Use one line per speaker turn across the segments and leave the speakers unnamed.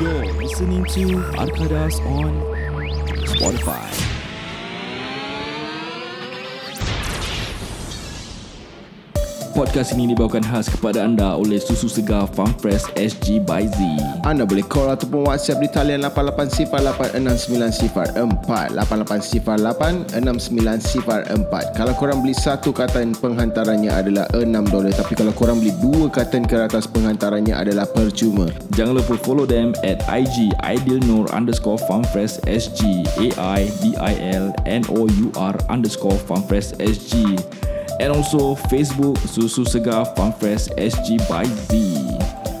You're listening to Arkadas on Spotify. Podcast ini dibawakan khas kepada anda oleh Susu Segar Farm Fresh SG by Z.
Anda boleh call ataupun WhatsApp di talian 88086904 88086904 Kalau korang beli satu katan penghantarannya adalah 6 dolar tapi kalau korang beli dua katan ke atas penghantarannya adalah percuma.
Jangan lupa follow them at IG idealnor underscore farmfresh SG A-I-D-I-L-N-O-U-R underscore farmfresh SG and also Facebook Susu Segar Farmfresh SG by Z.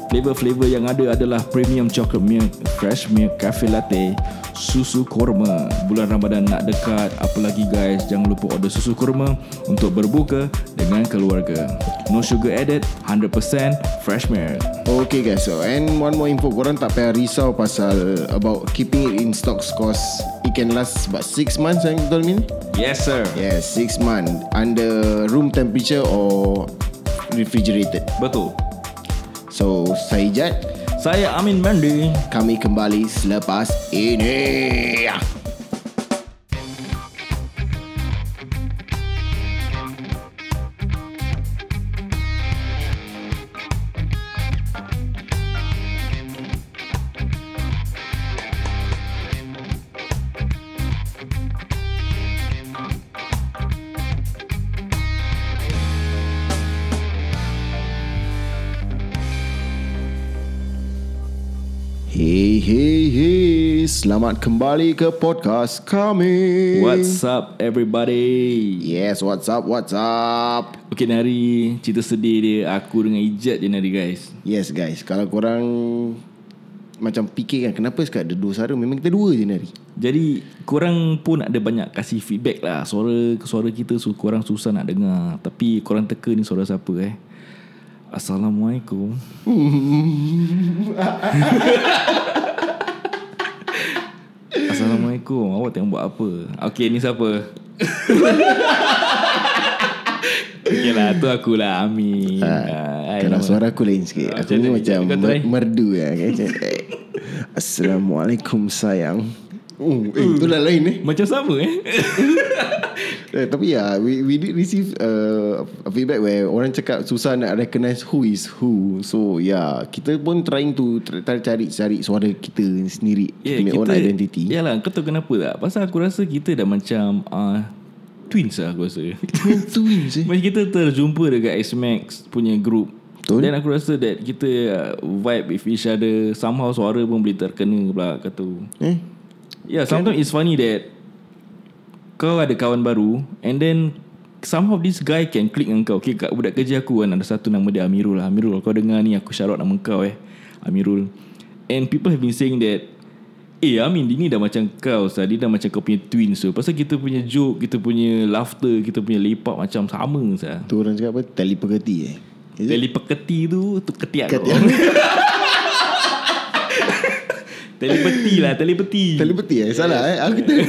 Flavor-flavor yang ada adalah premium chocolate milk, fresh milk, cafe latte, susu korma. Bulan Ramadan nak dekat, apa lagi guys, jangan lupa order susu korma untuk berbuka dengan keluarga. No sugar added, 100% fresh milk.
Okay guys, so and one more info korang tak payah risau pasal about keeping it in stocks cause it can last about 6 months kan betul Min?
Yes sir.
Yes, 6 months under room temperature or refrigerated.
Betul.
So, saya Jad,
Saya Amin Mandi.
kami kembali selepas ini. Hey, hey, hey. Selamat kembali ke podcast kami.
What's up everybody?
Yes, what's up, what's up?
Okay ni hari cerita sedih dia aku dengan Ijat je ni hari guys.
Yes guys, kalau korang macam fikir kan kenapa sekat ada dua suara memang kita dua je ni hari.
Jadi korang pun ada banyak kasih feedback lah Suara suara kita su, korang susah nak dengar Tapi korang teka ni suara siapa eh Assalamualaikum Assalamualaikum Awak tengok buat apa Okay ni siapa Okay lah tu akulah Amin Ah, hai,
Kalau
nama-
suara aku lain sikit
Ah,
Aku ni
macam
macam
ni, kau
mer-
try.
merdu lah kan? Macam, eh, Assalamualaikum sayang Oh, eh, itulah lain eh.
Macam sama eh
eh Tapi ya we, we did receive uh, a feedback Where orang cakap Susah nak recognize Who is who So yeah Kita pun trying to try- try- Cari-cari suara kita sendiri yeah, Ya, Kita punya own identity yeah.
Yalah kau tahu kenapa tak Pasal aku rasa kita dah macam uh, Twins lah aku rasa
Twins eh
Macam kita terjumpa dekat S-Max punya group
Betul.
Dan aku rasa that kita uh, vibe with each other Somehow suara pun boleh terkena pula kata
Eh
Yeah sometimes it's funny that Kau ada kawan baru And then Somehow this guy can click dengan kau Okay kat budak kerja aku kan Ada satu nama dia Amirul lah Amirul kau dengar ni Aku shout out nama kau eh Amirul And people have been saying that Eh Amin dia ni dah macam kau sah. Dia dah macam kau punya twin so. Pasal kita punya joke Kita punya laughter Kita punya lepak macam sama sah.
Tu orang cakap apa Telepathy eh Is it?
Tali peketi tu tu ketiak kau.
Ketiak.
telepati lah, telepati.
Telepathy eh Salah eh Aku tele-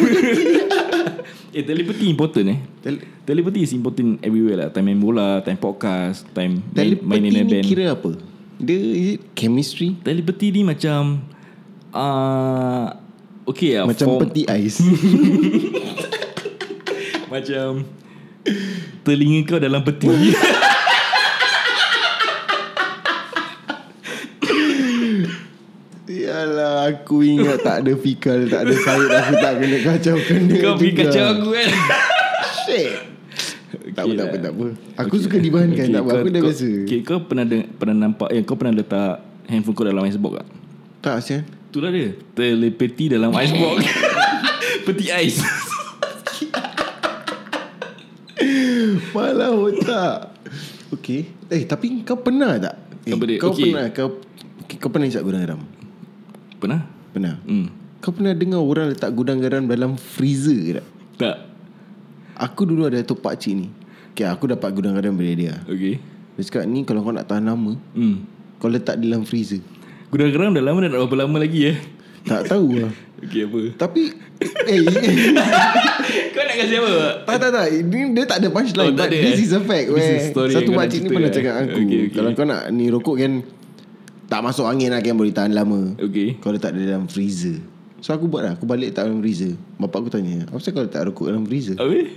eh telepati important eh.
tele-
Telepati is important everywhere lah. Time main bola, time podcast, time main, main
Telepathy
in a
ni
band.
kira apa Dia is it chemistry
Telepati ni macam uh, okay lah.
Macam
form,
peti ais
macam telinga kau dalam peti.
Yalah aku ingat tak ada fikal Tak ada sayur Aku tak kena kacau kena
kau pergi
juga.
kacau aku kan.
Shit tak apa,
Okay
tak apa,
lah.
tak apa. Aku suka dibahankan, tak apa. Aku dah
kau,
biasa.
Okay, kau pernah deng- pernah nampak eh kau pernah letak handphone kau dalam icebox tak?
Tak, Sian.
Itulah dia. Telepeti dalam icebox. Peti ais.
Malah otak. Okay. Eh, tapi kau pernah tak? Eh,
Apa dia?
kau
Okay.
pernah, kau okay, kau pernah isap gudang garam?
Pernah?
Pernah?
Hmm.
Kau pernah dengar orang letak gudang garam dalam freezer ke tak?
Tak.
Aku dulu ada tu pakcik ni. Okay, aku dapat gudang garam dari dia.
Okay.
Dia cakap, ni kalau kau nak tahan lama,
Hmm.
kau letak dalam freezer.
Gudang geram dah lama dah nak berapa lama lagi eh.
Tak tahu lah.
Okay apa?
Tapi Eh
kau nak kasi apa? Pak?
Tak tak tak Ini dia tak ada
Oh,
punchline oh,
tak
But
ada,
this
eh?
is a fact
This
where
is story
Satu
yang kau nak
makcik ni
cerita,
pernah
eh?
cakap dengan aku
Okay, okay.
Kalau kau nak ni rokok kan Tak masuk angin lah Kan boleh tahan lama
Okay.
Kau letak dia dalam freezer So aku buat lah Aku balik letak dalam freezer Bapak aku tanya Apa pasal kau letak rokok dalam freezer
Habis?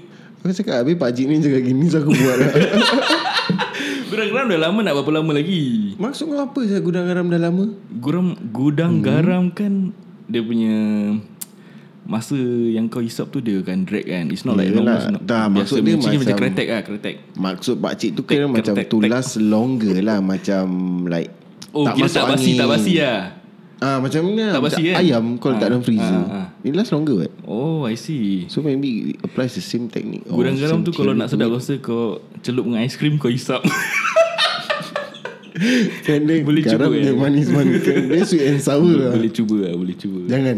Aku cakap Habis Pak Cik ni cakap gini So aku buat lah
Gudang garam dah lama nak berapa lama lagi?
Maksud kau apa Saya gudang garam dah lama
Gudang, gudang hmm. garam kan dia punya masa yang kau hisap tu dia akan drag kan. It's not like
Yelah,
normal. it's not-
dah,
biasa
maksud
punya
dia
cili macam
macam-
kretek lah, kretek.
Maksud Pak Cik tu kira
Tek,
macam
tek,
To
tek.
last longer lah Macam like
Oh, tak kira tak basi, tak basi lah.
Ah macam ni lah
Tak
macam
basi kan?
Ayam kau letak
Ah,
dalam freezer
ah,
Ni last longer eh? what
Oh, I see.
So maybe it applies the same technique or
Gudang garam tu
same
kalau
theory
nak
to
sedap
it.
rasa kau celup dengan aiskrim kau hisap.
Kerana
Boleh cuba,
garam dia
eh?
manis-manis Kerana Dia sweet and sour lah
boleh cuba lah, boleh cuba.
Jangan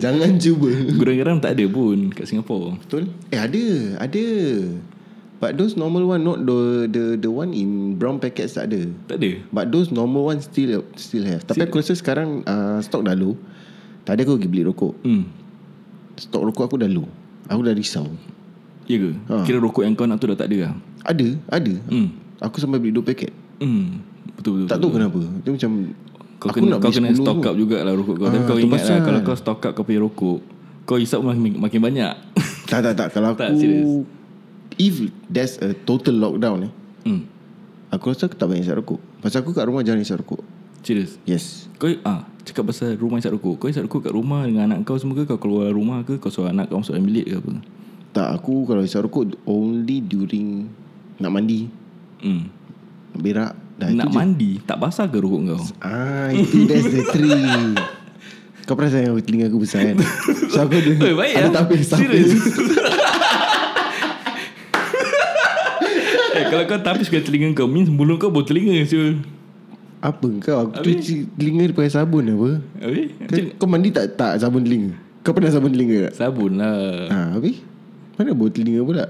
Jangan cuba
Gudang garam tak ada pun kat Singapura.
Betul Eh ada Ada But those normal one Not the The the one in brown packets tak ada
Tak ada.
But those normal one still still have. Tapi aku rasa sekarang uh, stok dah low. Tadi aku pergi beli rokok.
Hmm.
Stok rokok aku dah low. Aku dah risau.
Ya ke? Ha. Kira rokok yang kau nak tu dah tak ada lah.
Ada, ada.
Hmm.
Aku sampai beli 2 paket.
Hmm. Betul betul.
Tak tahu kenapa. Dia macam
Kau kena, kau kena stock up jugalah rokok kau. Dan
Ah,
kau
tu
ingat lah
pasal.
kalau kau stock up kau punya rokok, kau hisap makin, makin banyak.
Tak tak tak kalau
Tak,
aku
serious.
if there's a total lockdown eh,
hmm.
aku rasa aku tak banyak isap rokok. Pasal aku kat rumah jarang isap rokok.
Serius.
Yes.
Kau ah, cakap pasal rumah hisap rokok. Kau hisap rokok kat rumah dengan anak kau semua ke? Kau keluar rumah ke? Kau suruh anak kau masuk dalam bilik ke apa?
Tak aku kalau isap rokok only during nak mandi,
Hmm.
nak berak dah itu
Nak mandi, tak basah ke rokok kau?
Ah, itu that's the trick. Kau perasan yang telinga aku besar kan? So aku ada,
Eh, baik
ada
lah.
tapis-tapis.
Serius. eh, kalau kau tapis ke telinga kau, means mulut kau bau telinga. Syul.
Apa kau? Aku cuci telinga pakai sabun apa?
Habis?
Kau, kau mandi tak tak sabun telinga? Kau pernah sabun telinga tak?
Sabun lah.
Ha, habis? Mana bau telinga pula?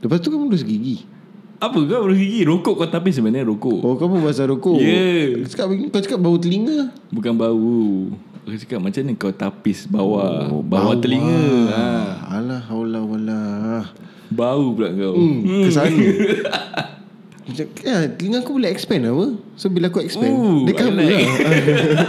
Lepas tu kau merus gigi.
Apa kau baru gigi? Rokok kau tapis sebenarnya rokok.
Oh, kau pun bahasa rokok.
Ya.
Kau Cakap, kau cakap bau telinga.
Bukan bau Aku cakap macam ni kau tapis bawah oh, Bawah
lah.
telinga ha.
Ah, alah, haulah, walah.
Bau pula kau
Hmm, kesana. Macam, ya, telinga aku boleh expand apa? So, bila aku expand,
Ooh,
dia cover
I like.
lah.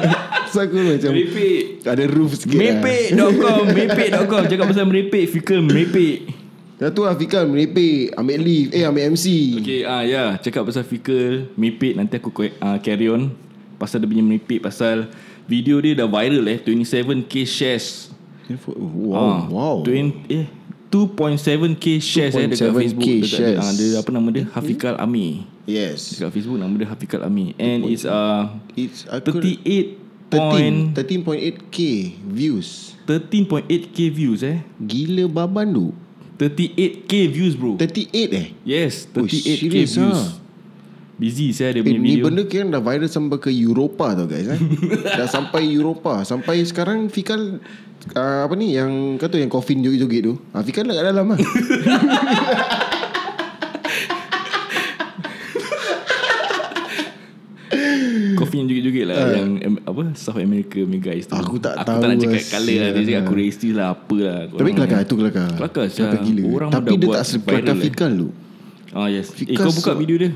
so, aku macam,
Merepek
Ada roof sikit lah.
Merepek.com Merepek.com Cakap pasal merepek Fikir merepek
lah. Dah tu Afiqan merepek Ambil leave Eh ambil MC
Okay ah ya Cakap pasal fikir Merepek nanti aku uh, carry on Pasal dia punya merepek Pasal video dia dah viral eh 27k shares Ah,
Wow Oh, Wow
20, eh 2.7k shares eh dekat
2.7K
Facebook dekat,
shares.
ah, dia, apa nama dia Hafiqal Ami
Yes
dekat Facebook nama dia Hafiqal Ami and it's uh
It's aku
38
13,
point
13.8k views
13.8k views eh
Gila baban tu
38k views bro
38 eh
yes
Oh,
38k
serious,
views
ah.
busy saya dia
Eh,
punya
ni
video
benda kira dah viral sampai ke Eropah tau guys eh? Dah sampai Eropah Sampai sekarang Fikal uh, Apa ni Yang kata yang coffin joget-joget tu ah, Fikal dah kat dalam lah
Coffee yang joget-joget lah Yang em, apa South America punya guys tu
Eh. Aku tak
aku
tahu
tak nak cakap
lah,
colour lah Dia
sial.
cakap aku racist lah Apalah
Tapi kelakar tu kelakar
Kelakar, sial.
Kelakar gila
Orang
Tapi
dah
dia
buat
tak sekelakar
viral, eh.
Fikal tu
Ah yes Eh
Because-
kau buka video dia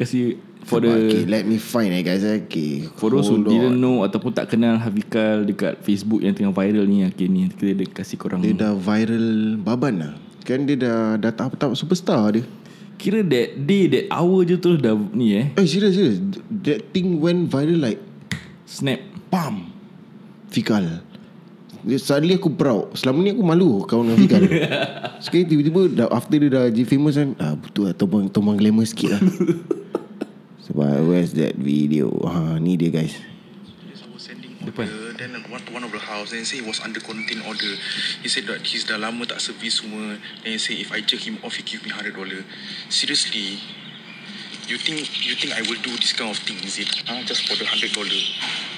Kasih For the
Okay let me find eh guys eh. Okay
For those who
Hold on.
didn't know Ataupun tak kenal Hafikal Dekat Facebook yang tengah viral ni Okay ni Kita dia kasih korang
Dia dah viral Baban lah Kan dia dah Dah tahap-tahap superstar dia
Kira that day That hour je terus dah Ni eh
Eh serius serius That thing went viral like
Snap
Pam Fikal dia, Suddenly aku proud Selama ni aku malu Kawan dengan Fikal Sekali tiba-tiba dah, After dia dah jadi famous kan ah, Betul lah Tombang, tombang glamour sikit lah Sebab Where's that video ha, Ni dia guys
Yes, I was sending order Then one to one of the house Then he say he was under quarantine order He said that he's dah lama tak servis semua Then he say if I jerk him off He give me $100 Seriously You think you think I will do this kind of thing is it? Ha, just for the $100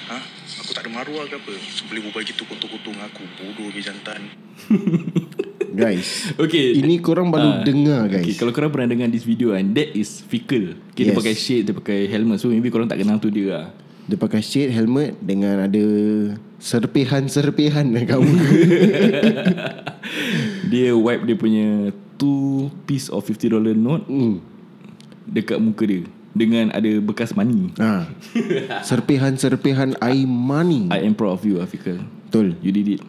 ha? Aku tak ada maruah ke apa Boleh berbual gitu kotor-kotor dengan aku Bodoh ke jantan
Guys
Okay
Ini korang
Ah.
baru dengar guys
Okay, kalau korang pernah dengar this video kan That is fickle okay, Dia
Yes.
pakai shade Dia pakai helmet So maybe korang tak kenal tu dia lah
Dia pakai shade helmet Dengan ada Serpihan-serpihan dekat muka
Dia
Hmm,
wipe dia punya Two piece of $50 note mm. Dekat muka dia dengan ada bekas mani.
Ha. Serpihan-serpihan air mani.
I am proud of you Afiqal.
Betul.
You did it.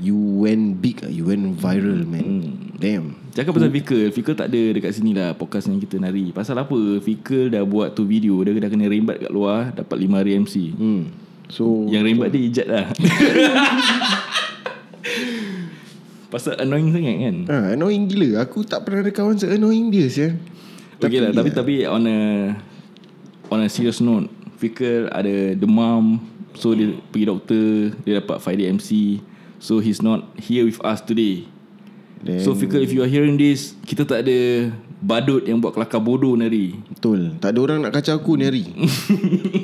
You went big, you went viral man.
Hmm.
Damn.
Cakap pasal Fikal Fikal tak ada dekat sini lah Podcast yang kita nari Pasal apa Fikal dah buat tu video Dia dah kena rembat kat luar Dapat 5 RMC hmm.
So
Yang rembat dia ijat lah Pasal annoying sangat kan
ha, annoying gila. Aku tak pernah ada kawan se-annoying dia sia. ya,
Okay lah Tapi tapi on a On a serious note Fikal ada demam So dia pergi doktor Dia dapat 5 RMC So he's not here with us today
Then,
So Fikal if you are hearing this Kita tak ada Badut yang buat kelakar bodoh nari
Betul. Tak ada orang nak kacau aku ni hari.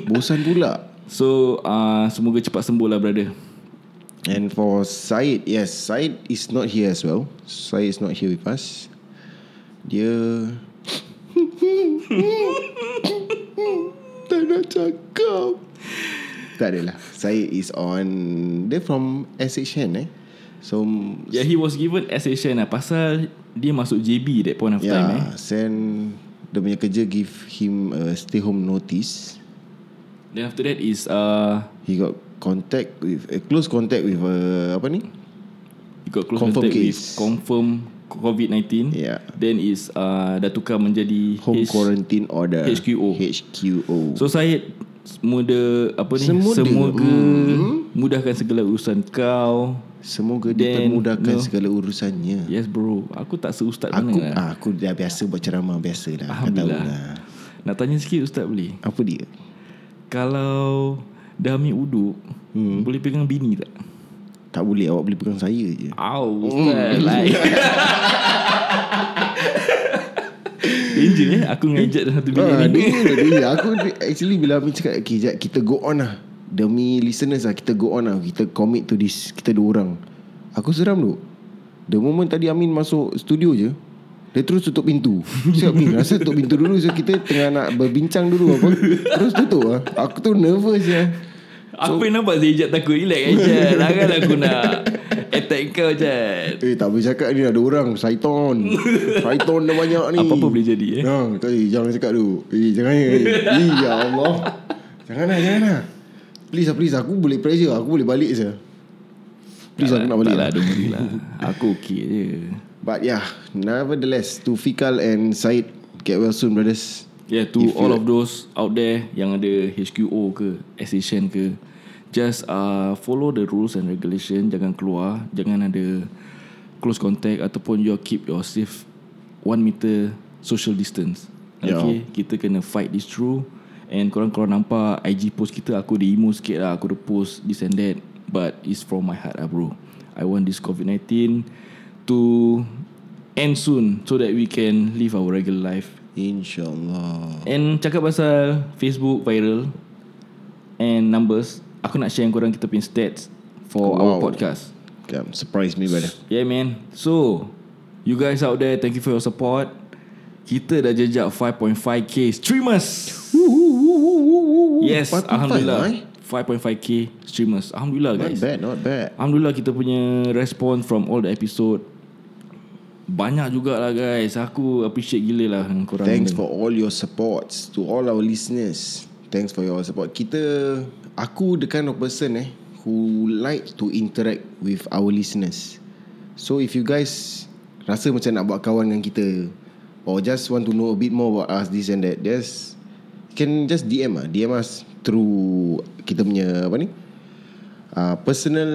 Bosan pula.
So uh, Semoga cepat sembuh lah brother
And for Syed, yes, Syed is not here as well. Syed is not here with us. Dia tak nak cakap. Tak adalah. Syed is on dia from SHN eh. So
Yeah he was given SHN lah Pasal Dia masuk JB That point of yeah. time eh
yeah, send Ya, dia punya kerja give him a stay home notice.
Then after that is uh,
He got contact with uh, close contact with uh, apa ni?
He got close
Confirm
contact with
case.
Confirm COVID-19
Yeah.
Then is uh, Dah tukar menjadi
Home
H-
quarantine order.
HQO.
HQO.
So Syed Semoga Apa ni
Semoga. Mm-hmm.
Semoga Mudahkan segala urusan kau
Semoga
Then,
dipermudahkan
no.
segala urusannya.
Yes bro Aku tak seustad
Aku
mana lah
ah, aku dah biasa buat ceramah biasa dah. Kau tahu
Alhamdulillah
lah.
Nak tanya sikit ustaz boleh
Apa dia?
Kalau Dah ambil uduk hmm. Boleh pegang bini tak?
Tak boleh awak boleh pegang saya je.
Au
Hmm.
Ustaz Like Danger eh Aku ngajak dalam satu bilik
Ah,
ni
dia, dia, aku actually bila Amin cakap okay, jap, kita go on lah. Demi listeners lah kita go on lah. Kita commit to this. Kita dua orang. Aku seram tu. The moment tadi Amin masuk studio je. Dia terus tutup pintu. Siap Amin rasa tutup pintu dulu. So kita tengah nak berbincang dulu apa. Terus tutup lah. Aku tu nervous ya.
Apa yang nampak Zaijat takut Relax Ajat Larang aku nak Attack kau Ajat
Eh tak boleh cakap ni ada orang Syaiton Syaiton dah banyak ni
Apa-apa boleh jadi, eh.
ha, tak, eh, Jangan cakap tu Eh jangan eh. eh ya Allah Jangan lah jangan lah Please lah please Aku boleh pressure Aku boleh balik je Please aku nak balik
Tak lah
lah.
don't worry lah Aku okay je
But yeah Nevertheless To Fikal and Syed Get well soon brothers
Yeah to
If
all
you-
of those Out there Yang ada HQO ke Station ke Just uh, follow the rules and regulation Jangan keluar Jangan ada Close contact Ataupun you keep your safe One meter Social distance
Yeah.
Okay Kita kena fight this through And korang kalau nampak IG post kita Aku ada emo sikit lah Aku ada post this and that But it's from my heart lah bro I want this COVID-19 To End soon So that we can Live our regular life
InsyaAllah
And cakap pasal Facebook viral And numbers Aku nak share dengan korang kita punya stats For wow. our
Wow.
podcast
Come, Surprise me brother
Yeah man So You guys out there Thank you for your support Kita dah jejak 5.5k streamers Yes
4.5, eh?
Alhamdulillah 5.5k streamers Alhamdulillah
Not
guys
bad not bad
Alhamdulillah kita punya respon from all the episode Banyak jugalah guys Aku appreciate gila lah dengan korang
Thanks for all your supports to all our listeners. Thanks for your support. Kita aku the kind of person eh who like to interact with our listeners. So if you guys rasa macam nak buat kawan dengan kita or just want to know a bit more about us this and that, just you can just DM ah, DM us through kita punya apa ni? Uh, personal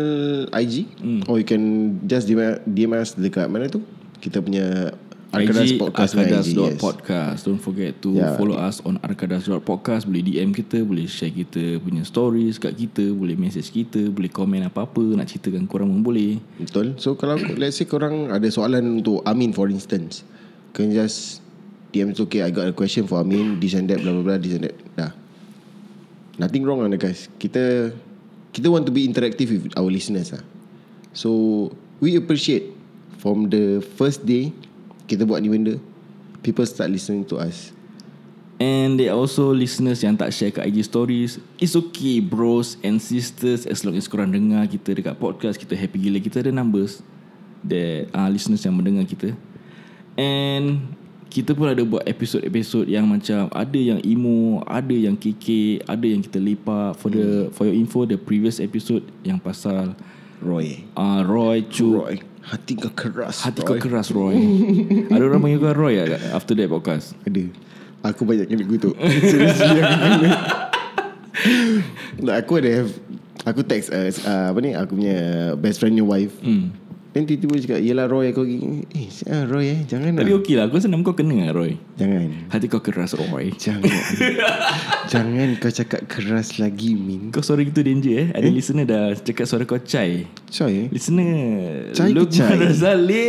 IG
Hmm.
mm. or you can just DM, DM us dekat mana tu? Kita punya Arkadas
IG
Podcast punya
Arkadas
IG,
dot
yes.
podcast. Don't forget to
Yeah.
yeah. follow us on Arkadas dot podcast. Boleh DM kita, boleh share kita punya stories kat kita, boleh message kita, boleh komen apa-apa, nak ceritakan korang pun boleh.
Betul. So kalau let's say korang ada soalan untuk Amin for instance, can just DM tu okay I got a question for Amin this and that blah blah blah this and that. Dah. Nothing wrong on the guys. Kita kita want to be interactive with our listeners lah. So we appreciate from the first day kita buat ni benda people start listening to us.
And there are also listeners yang tak share kat IG stories. It's okay bros and sisters as long as korang dengar kita dekat podcast, kita happy gila. Kita ada numbers that uh, listeners yang mendengar kita. And kita pun ada buat episod-episod yang macam ada yang emo, ada yang KK, ada yang kita lepak for the for your info the previous episode yang pasal
Roy
uh, Roy Chu
Roy Hati kau keras
Hati kau
Roy.
keras Roy Ada orang panggil kau Roy tak After that podcast
Ada Aku banyak kena kutuk Seriously aku kena Like, Aku ada have Aku text uh, uh, Apa ni Aku punya Best friend new wife hmm. Then tiba-tiba dia cakap Yelah Roy aku pergi Eh ah, Roy eh Jangan lah
Tapi okey lah Aku rasa nama kau kena lah Roy
Jangan
Hati kau keras oh Roy
Jangan Jangan kau cakap keras lagi Min
Kau suara gitu danger eh Ada listener dah cakap suara kau Chai
Coy eh
Listener
Chai ke Chai?
Lukman Razali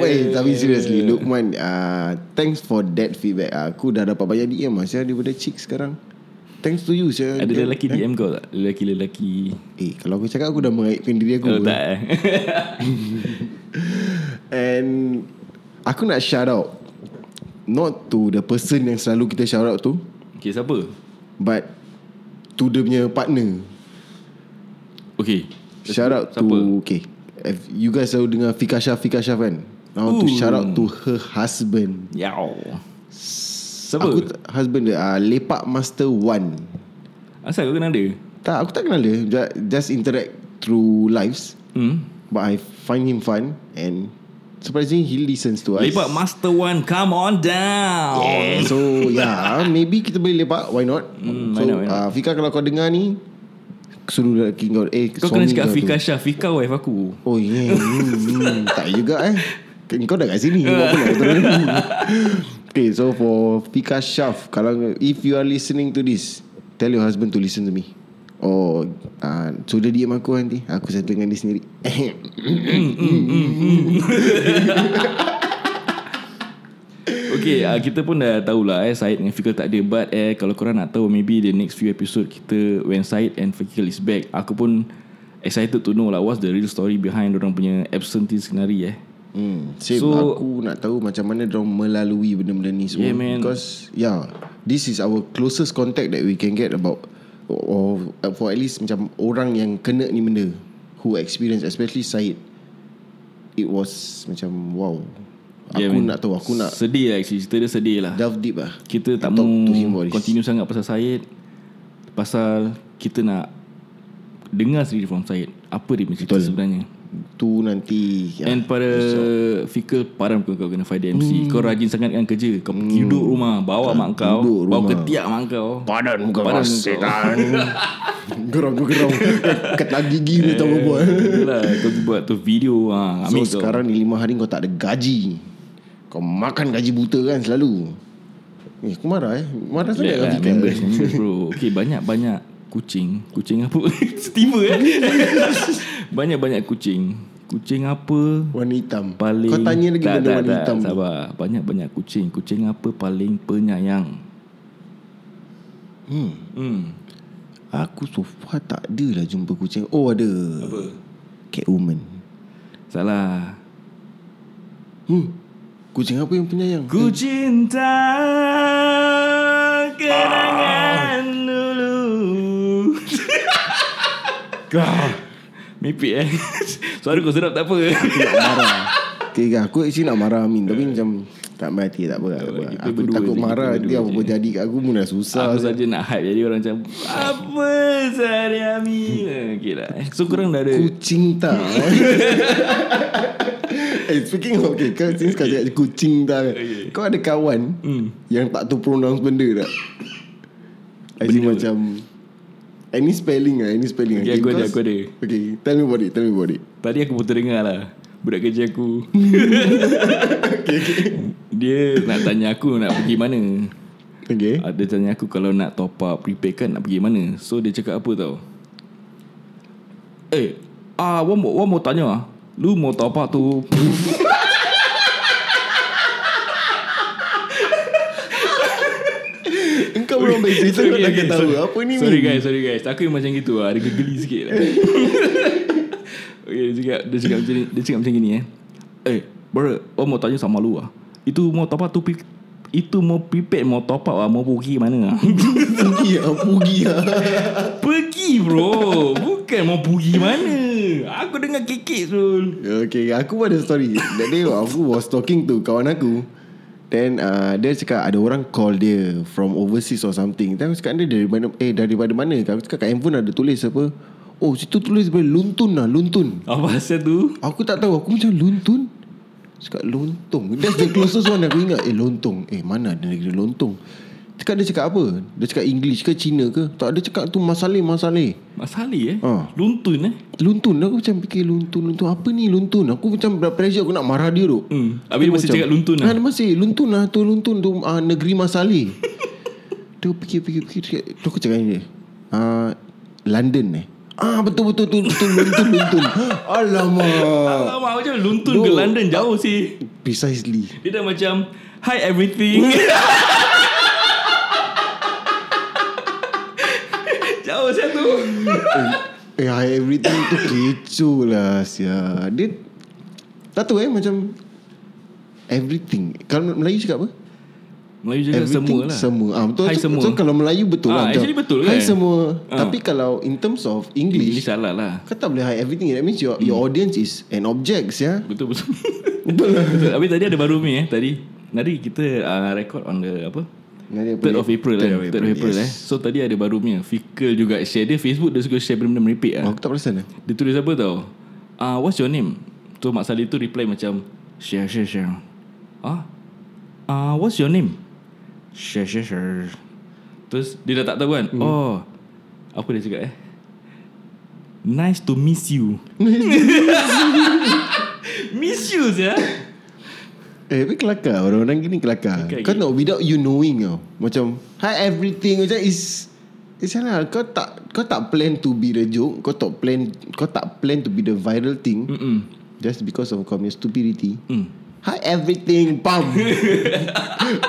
Yeah. Wait, tapi seriously Lukman uh, Thanks for that feedback uh, Aku dah dapat banyak DM lah Saya daripada chick sekarang Thanks to you saya
Ada lelaki DM kau tak? Lelaki-lelaki
Eh kalau aku cakap Aku dah mengaitkan diri aku
Oh tak eh
And Aku nak shout out Not to the person Yang selalu kita shout out tu
Okay siapa?
But To dia punya partner
Okay
Shout out
Siapa?
to Okay if You guys selalu dengar Fika Shah Fika Shah kan I want to
Ooh.
shout out to her husband
Yao Siapa?
Aku t- husband dia uh, Lepak Master One
Asal kau kenal dia?
Tak aku tak kenal dia Ju- Just interact Through lives
Hmm
But I find him fun And Surprisingly he listens to us
Lepak Master One Come on down
Yeah, So yeah Maybe kita boleh lepak Why not
Eh. Hmm, why
So
not, why not?
Uh, Fika kalau kau dengar ni Suruh lelaki kau Eh
Kau kena
suami
cakap
kau tu.
Fika Shah Fika wife aku
Oh yeah hmm, hmm, Tak juga eh Kau dah kat sini Kau pun nak kata orang. Okay so for Fika Shaf Kalau If you are listening to this Tell your husband to listen to me Oh uh, So dia diam aku nanti Aku settle dengan dia sendiri
Okay uh, Kita pun dah tahulah eh Syed dengan Fika tak ada But eh Kalau korang nak tahu Maybe the next few episode Kita When Syed and Fika is back Aku pun Excited to know lah What's the real story behind Orang punya absentee skenari eh
hmm, Same so,
So-
Aku nak tahu Macam mana Diorang melalui benda-benda ni semua
Yeah, man.
Because Yeah This is our closest contact That we can get about Or or for at least Macam orang yang Kena ni benda Who experience Especially Syed It was Macam Wow Aku
Yeah,
yeah,
man.
nak tahu Aku nak
Sedih lah actually Cerita dia sedih lah
Delve deep lah
Kita tak
And
mau
talk to him about this.
Continue sangat pasal Syed Pasal Kita nak Dengar sendiri from Syed Apa dia punya cerita sebenarnya
Tu nanti ya. Hmm.
And pada Fika Param kau, kau kena find MC Kau rajin sangat kan kerja Kau pergi duduk rumah Bawa mak kau
duduk
Bawa
rumah.
ketiak mak kau
Badan muka
Badan
rasa kan Gerang-gerang Ketat gigi pun tak apa buat
Yalah, Kau buat tu video ha,
So
Ambil kau
sekarang ni lima hari kau tak ada gaji Kau makan gaji buta kan selalu Eh aku marah eh Marah
Relax
sangat yeah,
lah,
Fika
members, members bro Okay banyak-banyak kucing Kucing apa Tiba kan Banyak-banyak kucing Kucing apa
Warna hitam
Paling
Kau tanya lagi
tak,
benda
tak,
warna
tak,
hitam tu
Sabar Banyak-banyak kucing Kucing apa paling penyayang
hmm.
Hmm
Aku so far tak ada lah jumpa kucing Oh ada Apa? Catwoman
Salah
hmm. Kucing apa yang penyayang?
Ku cinta kenangan dulu. Gah. Mimpi eh. Suara kau sedap Ya, tak apa.
nak marah okay, kan, Aku actually nak marah Amin Tapi macam Tak berhati tak apa, tak apa.
kita
Aku
berdua
takut
je, kita
marah
berdua
Nanti apa-apa
je.
jadi kat aku pun dah susah
Aku saja nak hype Jadi orang macam Apa sehari Amin Okay lah eh. So korang dah ada
Kucing tak Eh speaking of okay, Kau since kau cakap kucing tak okay. Kau ada kawan mm. Yang tak tahu pronounce benda tak As in macam Any spelling lah Any spelling
Okay, aku ada, aku
kau-
ada.
Okay tell me about it Tell me about it
Tadi aku pun terdengar lah Budak kerja aku Dia nak tanya aku Nak pergi mana
Okay
Ah, Dia tanya aku kalau nak top up prepaid kan nak pergi mana. So dia cakap apa tau? Eh, ah uh, one more, one more tanya ah. Lu mau top up tu
Engkau belum ambil cerita Kau dah tahu Apa ni
Sorry
Min?
guys Sorry guys Aku yang macam gitu lah Ada geli sikit lah. okay, dia, cakap, dia cakap macam ni Dia cakap macam gini eh Eh Bro Oh mau tanya sama lu lah Itu mau top up tu pi- Itu mau prepaid Mau top up lah Mau pergi mana lah
Pugi lah Pugi lah
Pergi bro Bukan mau pergi mana Aku dengar kekek Sul
Okay, aku pun ada story That day aku was talking to kawan aku Then uh, dia cakap ada orang call dia from overseas or something. Then aku cakap dia dari mana eh daripada mana? Aku cakap kat handphone ada tulis apa? Oh situ tulis daripada Luntun lah Luntun.
Apa pasal Ah, tu?
Aku tak tahu Aku macam lontun Cakap lontong That's the closest one Aku ingat Eh lontong Eh mana ada negeri lontong Cakap dia cakap apa Dia cakap English ke Cina ke Tak ada cakap tu masalih masalih
Mak Saleh eh?
Ah.
Luntun eh?
Luntun Aku macam fikir luntun Luntun apa ni luntun Aku macam blood pressure Aku nak marah dia tu
Hmm. Habis dia masih cakap luntun lah.
ha, Dia masih luntun lah Tu luntun tu uh, Negeri masalih Dia fikir-fikir Tu aku cakap dengan dia uh, London eh Ah betul betul tu tu luntun luntun. Alamak.
Alamak Ah, macam luntun
Duh.
ke London jauh sih.
Precisely
Dia dah macam Hi everything. jauh saya tu.
Eh hi, everything tu kecoh lah sia. Dia Tak tahu eh macam Everything Kalau Melayu cakap apa?
Melayu cakap semua lah.
semua ah, betul,
Hi
so,
semua.
so, kalau Melayu betul
Ah,
lah macam,
actually betul kan?
Hi semua
Ah.
Tapi kalau in terms of
Ini
English,
salah lah.
Kau tak boleh hi everything That means your, your
Hmm.
audience is an object ya.
Betul betul. betul. Habis tadi ada baru ni eh tadi. Tadi kita uh, record on the apa? 3rd of April eh. 3rd of April eh. So tadi ada baru punya. Fikal juga share dia Facebook dia suka share benda-benda merepek lah.
Aku tak perasan eh
Dia tulis apa tau Ah, What's your name? So Mak Saleh tu reply macam Share share share Ah, ah, What's your name? Share share share Terus dia dah tak tahu kan hmm. Oh Apa dia cakap eh Nice to miss you Miss you ya
Eh tapi kelakar Orang-orang gini kelakar
Kelakar ya?
Kau
gini.
nak without you knowing tau Macam Hi everything Macam is It's lah Kau tak Kau tak plan to be the joke Kau tak plan Kau tak plan to be the viral thing
Mm-mm.
Just because of kau punya stupidity
Mm.
Hi everything Bam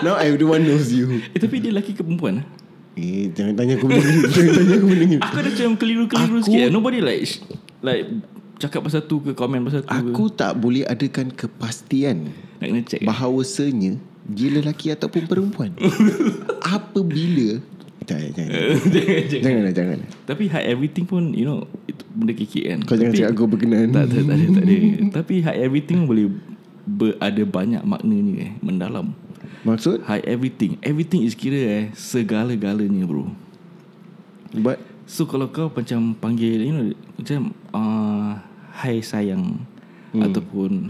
Now everyone knows you
Eh tapi dia lelaki ke perempuan
Eh jangan tanya aku benda ni Jangan tanya aku benda ni
Aku ada macam keliru-keliru
Aku-
sikit Nobody like sh- Like Cakap pasal tu ke Comment pasal tu ke.
Aku tak boleh adakan kepastian
Nak kena check
bahawasanya dia lelaki ataupun perempuan. Apabila jangan jangan
Jangan check
jangan lah, jangan. lah.
Tapi high everything pun You know itu Benda kekek kan
Kau jangan
Tapi-
cakap aku berkenaan.
tak, tak, tak ada, tak ada. Tapi high everything boleh ber, Ada banyak maknanya eh Mendalam
Maksud?
High everything Everything is kira eh Segala-galanya bro
But
So kalau kau macam Panggil you know Macam uh, Hi sayang hmm. Ataupun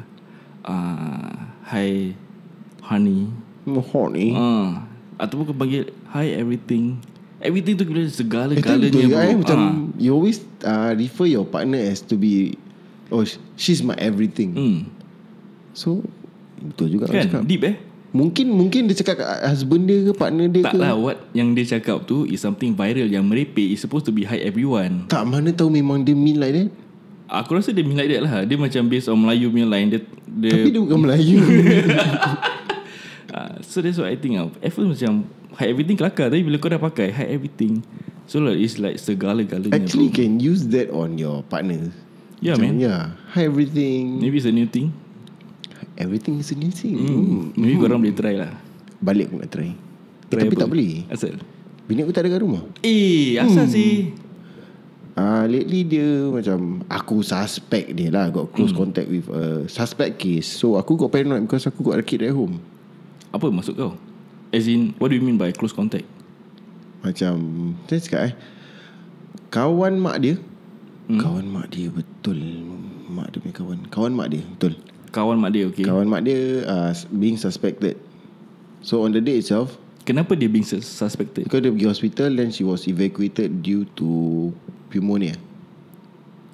uh, Hi Honey
horny.
uh, Ataupun kau panggil Hi everything Everything tu kira
Eh, tu
segala-galanya
betul
bro
juga eh macam
Ah.
you always uh, refer your partner as to be oh sh- she's my everything.
Hmm.
So betul juga kan? cakap.
Kan deep eh
Mungkin mungkin dia cakap kat husband dia ke partner dia
Tak
ke.
lah what yang dia cakap tu Is something viral Yang merepek Is supposed to be high everyone
Tak mana tahu memang dia mean like that.
Aku rasa dia minat dia lah Dia macam based on Melayu punya line Dia, dia,
Tapi dia bukan Melayu.
Ah, So that's what I think lah At first macam High everything kelakar Tapi bila kau dah pakai High everything So like it's like segala-galanya
Actually you can use that on your partner.
Yeah,
Macam,
man.
Yeah. Hi everything.
Maybe it's a new thing
Everything is a new thing hmm.
hmm. Maybe korang boleh try lah
Balik aku nak try, eh,
Try
Tapi
apa?
tak boleh
Asal
Bini aku tak ada kat rumah
Eh asal
Hmm.
sih
Ah, Lately dia macam Aku suspect dia lah Got
Mm.
close contact with a Suspect case So aku got paranoid Because aku got a kid at home
Apa maksud kau As in What do you mean by close contact
Macam Saya cakap eh Kawan mak dia
Mm.
hmm. Kawan mak dia betul Mak dia punya kawan Kawan mak dia betul
Kawan mak dia okay
Kawan mak dia uh, Being suspected So on the day itself
Kenapa dia being sus- suspected
Because dia pergi hospital Then she was evacuated Due to Pneumonia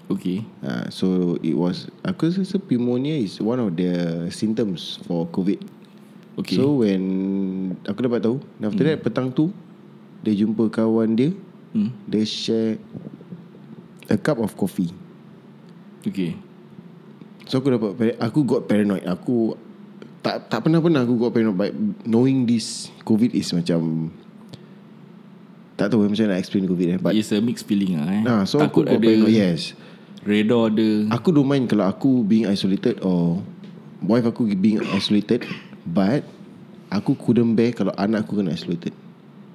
Okay
Uh, so it was aku rasa pneumonia is one of the symptoms for COVID.
Okay
So when aku dapat tahu, then after that petang tu dia jumpa kawan dia,
hmm.
dia share a cup of coffee.
Okay
So aku dapat par- aku got paranoid. Aku tak tak pernah pernah aku got paranoid but knowing this COVID is macam tak tahu eh, macam nak explain COVID eh but
It's a mixed feeling lah eh.
nah, so
Takut
aku got
ada
paranoid yes.
Radar ada
Aku don't mind kalau aku being isolated or wife aku being isolated but aku couldn't bear kalau anak aku kena isolated.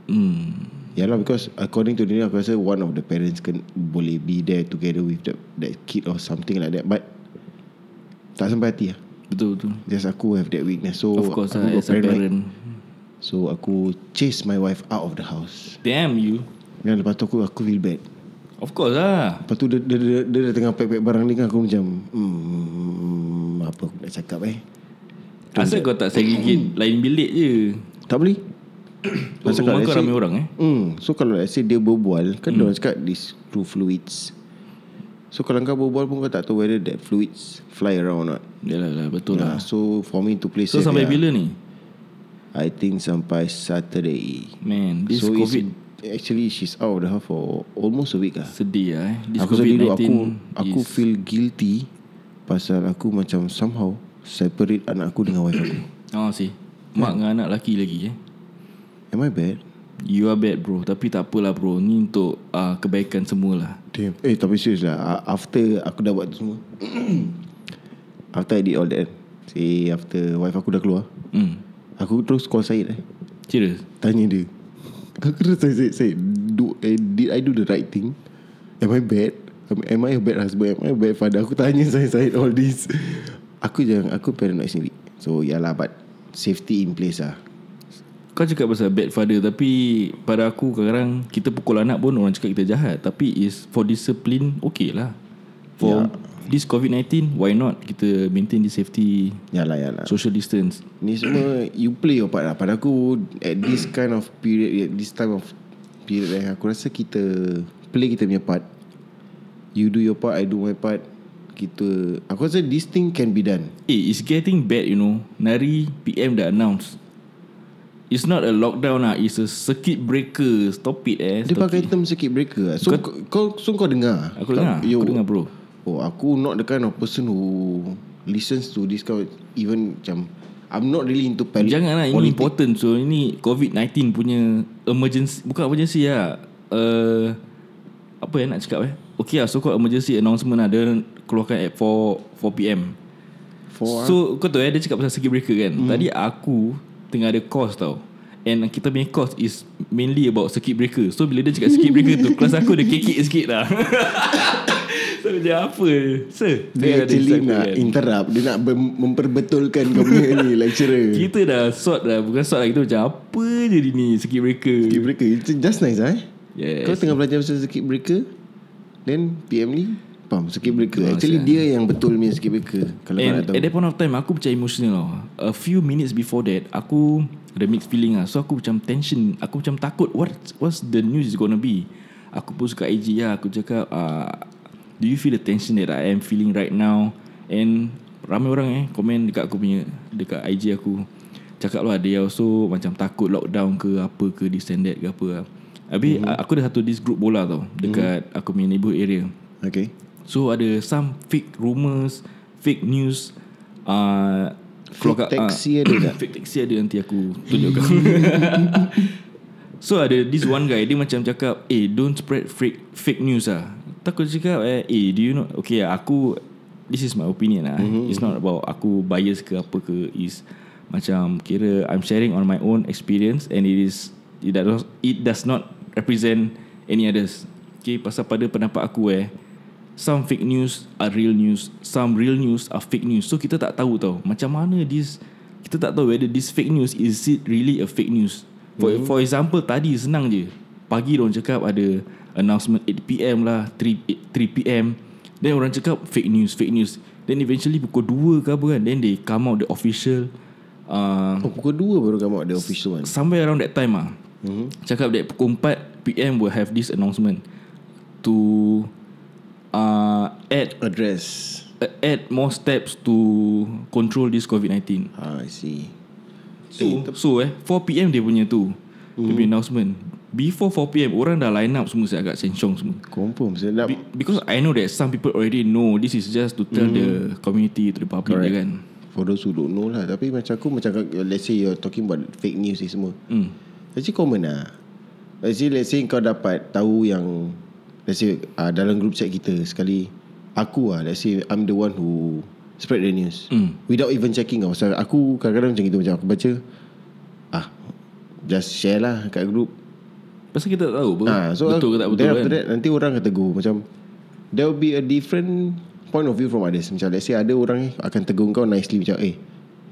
hmm.
Yalah because according to dia aku rasa one of the parents can boleh be there together with that that kid or something like that but tak sampai hati lah.
Betul betul.
Just aku have that weakness So
Of course
Oh, aku
lah,
got
as a
paranoid.
parent.
So aku chase my wife out of the house
Damn you.
Dan lepas tu aku, aku feel bad
Of course lah.
Lepas tu dia, dia, dia, dia dah tengah pack-pack barang ni kan Aku macam hmm, Apa aku nak cakap eh
Asal kau tak segregate lain bilik je.
Tak boleh Nak
Rumah
cakap,
kau
let's say-
ramai orang eh.
Hmm. So kalau let's say dia berbual Kan
Hmm.
dia orang cakap These two fluids So kalau kau berbual pun Kau tak tahu whether that fluids Fly around or not
Yalah lah betul lah.
nah, So for me to play
So
safe
sampai
lah.
bila ni?
I think sampai Saturday
Man, this
So it's-
COVID
Actually she's out of the house For almost a week lah
sedih lah eh. This
Aku sedih dulu
COVID-19
Aku, aku
is-
feel guilty Pasal aku macam somehow Separate anak aku dengan wife aku
Ah sih. Mak dengan anak lelaki lagi eh.
Am I bad?
You are bad bro Tapi tak apalah bro Ni untuk uh, kebaikan semualah
Damn. Eh tapi serius lah A- After aku dah buat tu semua After I did all that Say after wife aku dah keluar
hmm.
Aku terus call Syed eh
Serius
Tanya dia Aku terus tanya Syed Syed do, eh, Did I do the right thing? Am I bad? Am, am I a bad husband? Am I a bad father? Aku tanya Syed Syed all this Aku jangan Aku paranoid sendiri So ya lah but Safety in place lah
Kau cakap pasal bad father Tapi Pada aku kadang-kadang Kita pukul anak pun Orang cakap kita jahat Tapi is For discipline Okay lah For yeah.
Ya.
This COVID-19 Why not Kita maintain the safety
Ya lah ya lah
Social distance
Ni semua You play your part lah Pada aku At this kind of period At this time of Period eh, Aku rasa kita Play kita punya part You do your part I do my part Kita Aku rasa this thing can be done
Eh it's getting bad you know Nari PM dah announce It's not a lockdown lah It's a circuit breaker Stop it eh
Dia
Stop it.
pakai term circuit breaker lah. So kau, kau, so kau dengar
Aku dengar
you,
Aku dengar bro
Oh aku not the kind of person who Listens to this kind of, Even macam I'm not really into pal-
Janganlah lah, ini
politic.
important So ini COVID-19 punya Emergency Bukan emergency lah uh, Apa yang nak cakap eh Okay lah so called emergency announcement lah Dia keluarkan at 4 4pm
For so,
So kau tahu eh Dia cakap pasal circuit breaker kan hmm. Tadi aku Tengah ada course tau And kita punya course is Mainly about circuit breaker So bila dia cakap circuit breaker tu Kelas aku dia kekek sikit lah So dia apa Sir saya ada kan.
Dia actually
instructor
nak interrupt Dia nak mem- memperbetulkan Kau punya ni lecturer
Kita dah sort dah Bukan sort lah Kita macam apa je dia ni Circuit breaker
Circuit breaker It's just nice eh
Yes.
Kau tengah belajar pasal circuit breaker Then PM ni Faham circuit breaker Actually dia yang betul punya circuit breaker Kalau kau nak
And
tahu
at that point of time Aku macam emotional tau A few minutes before that Aku Ada mixed feeling lah So aku macam tension Aku macam takut What What's the news is gonna be Aku post kat IG lah Aku cakap uh, Do you feel the tension That I am feeling right now And Ramai orang eh Komen dekat aku punya Dekat IG aku Cakap lah They also Macam takut lockdown ke Apa ke This and that ke apa lah Habis mm-hmm. aku ada satu This group bola tau Dekat mm-hmm. aku punya neighborhood area
Okay
So ada some fake rumours, fake news. Uh,
Fake taxi ada tak?
fake taxi ada nanti aku tunjuk kau. so ada this one guy dia macam cakap, "Eh, don't spread fake fake news ah." Takut cakap eh, "Eh, do you know okay, aku this is my opinion ah. Mm-hmm. It's not about aku bias ke apa ke is macam kira I'm sharing on my own experience and it is it does it does not represent any others. Okay, pasal pada pendapat aku eh Some fake news are real news Some real news are fake news So kita tak tahu tau Macam mana this Kita tak tahu whether this fake news Is it really a fake news For, mm. for example tadi senang je Pagi orang cakap ada Announcement 8pm lah 3, 3pm Then orang cakap fake news Fake news Then eventually pukul 2 ke apa kan Then they come out the official uh,
Oh pukul 2 baru kamu ada official one
Somewhere around that time ah. Mm-hmm. Cakap that pukul 4 PM will have this announcement to uh, add
Address
uh, add more steps to control this COVID-19.
ah, I see
So, so eh 4 PM dia punya tu. Mm. Dia punya announcement. Before 4 PM orang dah line up semua saya agak sencong semua.
Confirm sedap
Be- because I know that some people already know this is just to tell mm. the community to the public je kan.
For those who don't know lah Tapi macam aku Macam kau- let's say You're talking about fake news ni semua
Hmm.
Actually common lah Let's say, let's say kau dapat Tahu yang Let's say uh, Dalam group chat kita Sekali Aku lah Let's say I'm the one who Spread the news
Hmm.
Without even checking tau Pasal aku kadang-kadang macam gitu Macam aku baca Ah Just share lah Kat group
Pasal kita tak tahu apa
Ah, so
betul ke tak betul
then
kan.
after that nanti orang akan tegur macam there will be a different point of view from others Macam let's say ada orang akan tegur kau nicely Macam eh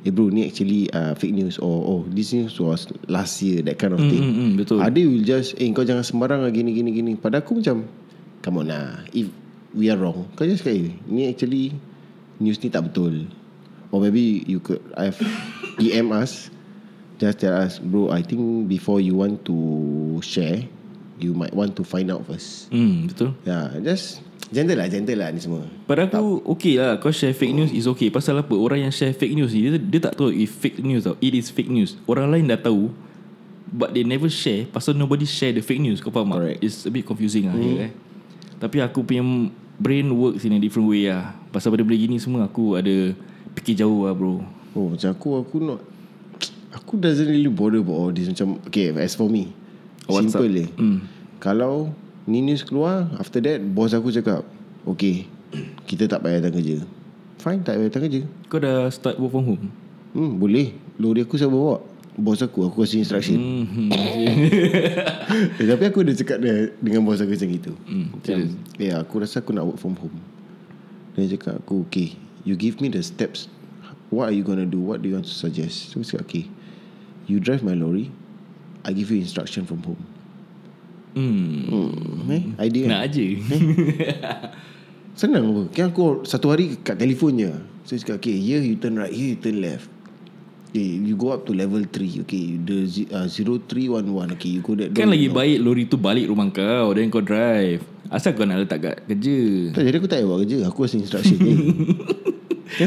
Eh bro ni actually uh, fake news Or oh this news was last year That kind of thing
mm, mm, betul.
Ada will just Eh kau jangan sembarang lah Gini gini gini Pada aku macam Come on lah If we are wrong Kau just kata Ni actually News ni tak betul Or maybe you could I've DM us Just tell us Bro I think before you want to share You might want to find out first
Hmm, betul.
Ya, yeah, just gentle lah, gentle lah ni semua.
Pada aku okey lah Kau share fake news is okay Pasal apa Orang yang share fake news ni Dia, dia tak tahu if fake news tau It is fake news Orang lain dah tahu But they never share Pasal nobody share the fake news Kau faham
Correct.
tak It's a bit confusing lah hmm. eh. Tapi aku punya Brain works in a different way lah Pasal benda-benda gini semua Aku ada Fikir jauh lah bro
Oh, macam aku, aku not... Aku doesn't really bother about all this. Macam, okay, as for me.
Oh, What's
simple
up? Hmm.
je. Mm. Kalau ni news keluar, after that, bos aku cakap, okay, kita tak payah datang kerja. Fine, tak payah datang kerja.
Kau dah start work from home
Hmm, boleh. Lori aku siapa bawa? Bos aku, aku kasi instruction.
Hmm.
eh, tapi aku dah cakap dia, dengan bos aku macam gitu.
Hmm,
macam, ya, aku rasa aku nak work from home. Dia cakap aku, okay, you give me the steps. What are you going to do? What do you want to suggest? So, aku cakap, okay, you drive my lorry. I give you instruction from home.
Hmm
Hmm, eh, idea.
Nak aja
Senang apa Kan aku Satu hari kat telefon je So dia cakap Okay here you turn right Here you turn left Okay you go up to level 3 Okay the zi- uh, 0311 Okay you go that
Kan
door,
lagi
you know.
baik Lori tu balik rumah kau Then kau drive Asal kau nak letak kat kerja
tak, Jadi aku tak payah buat kerja Aku rasa instruction je Kan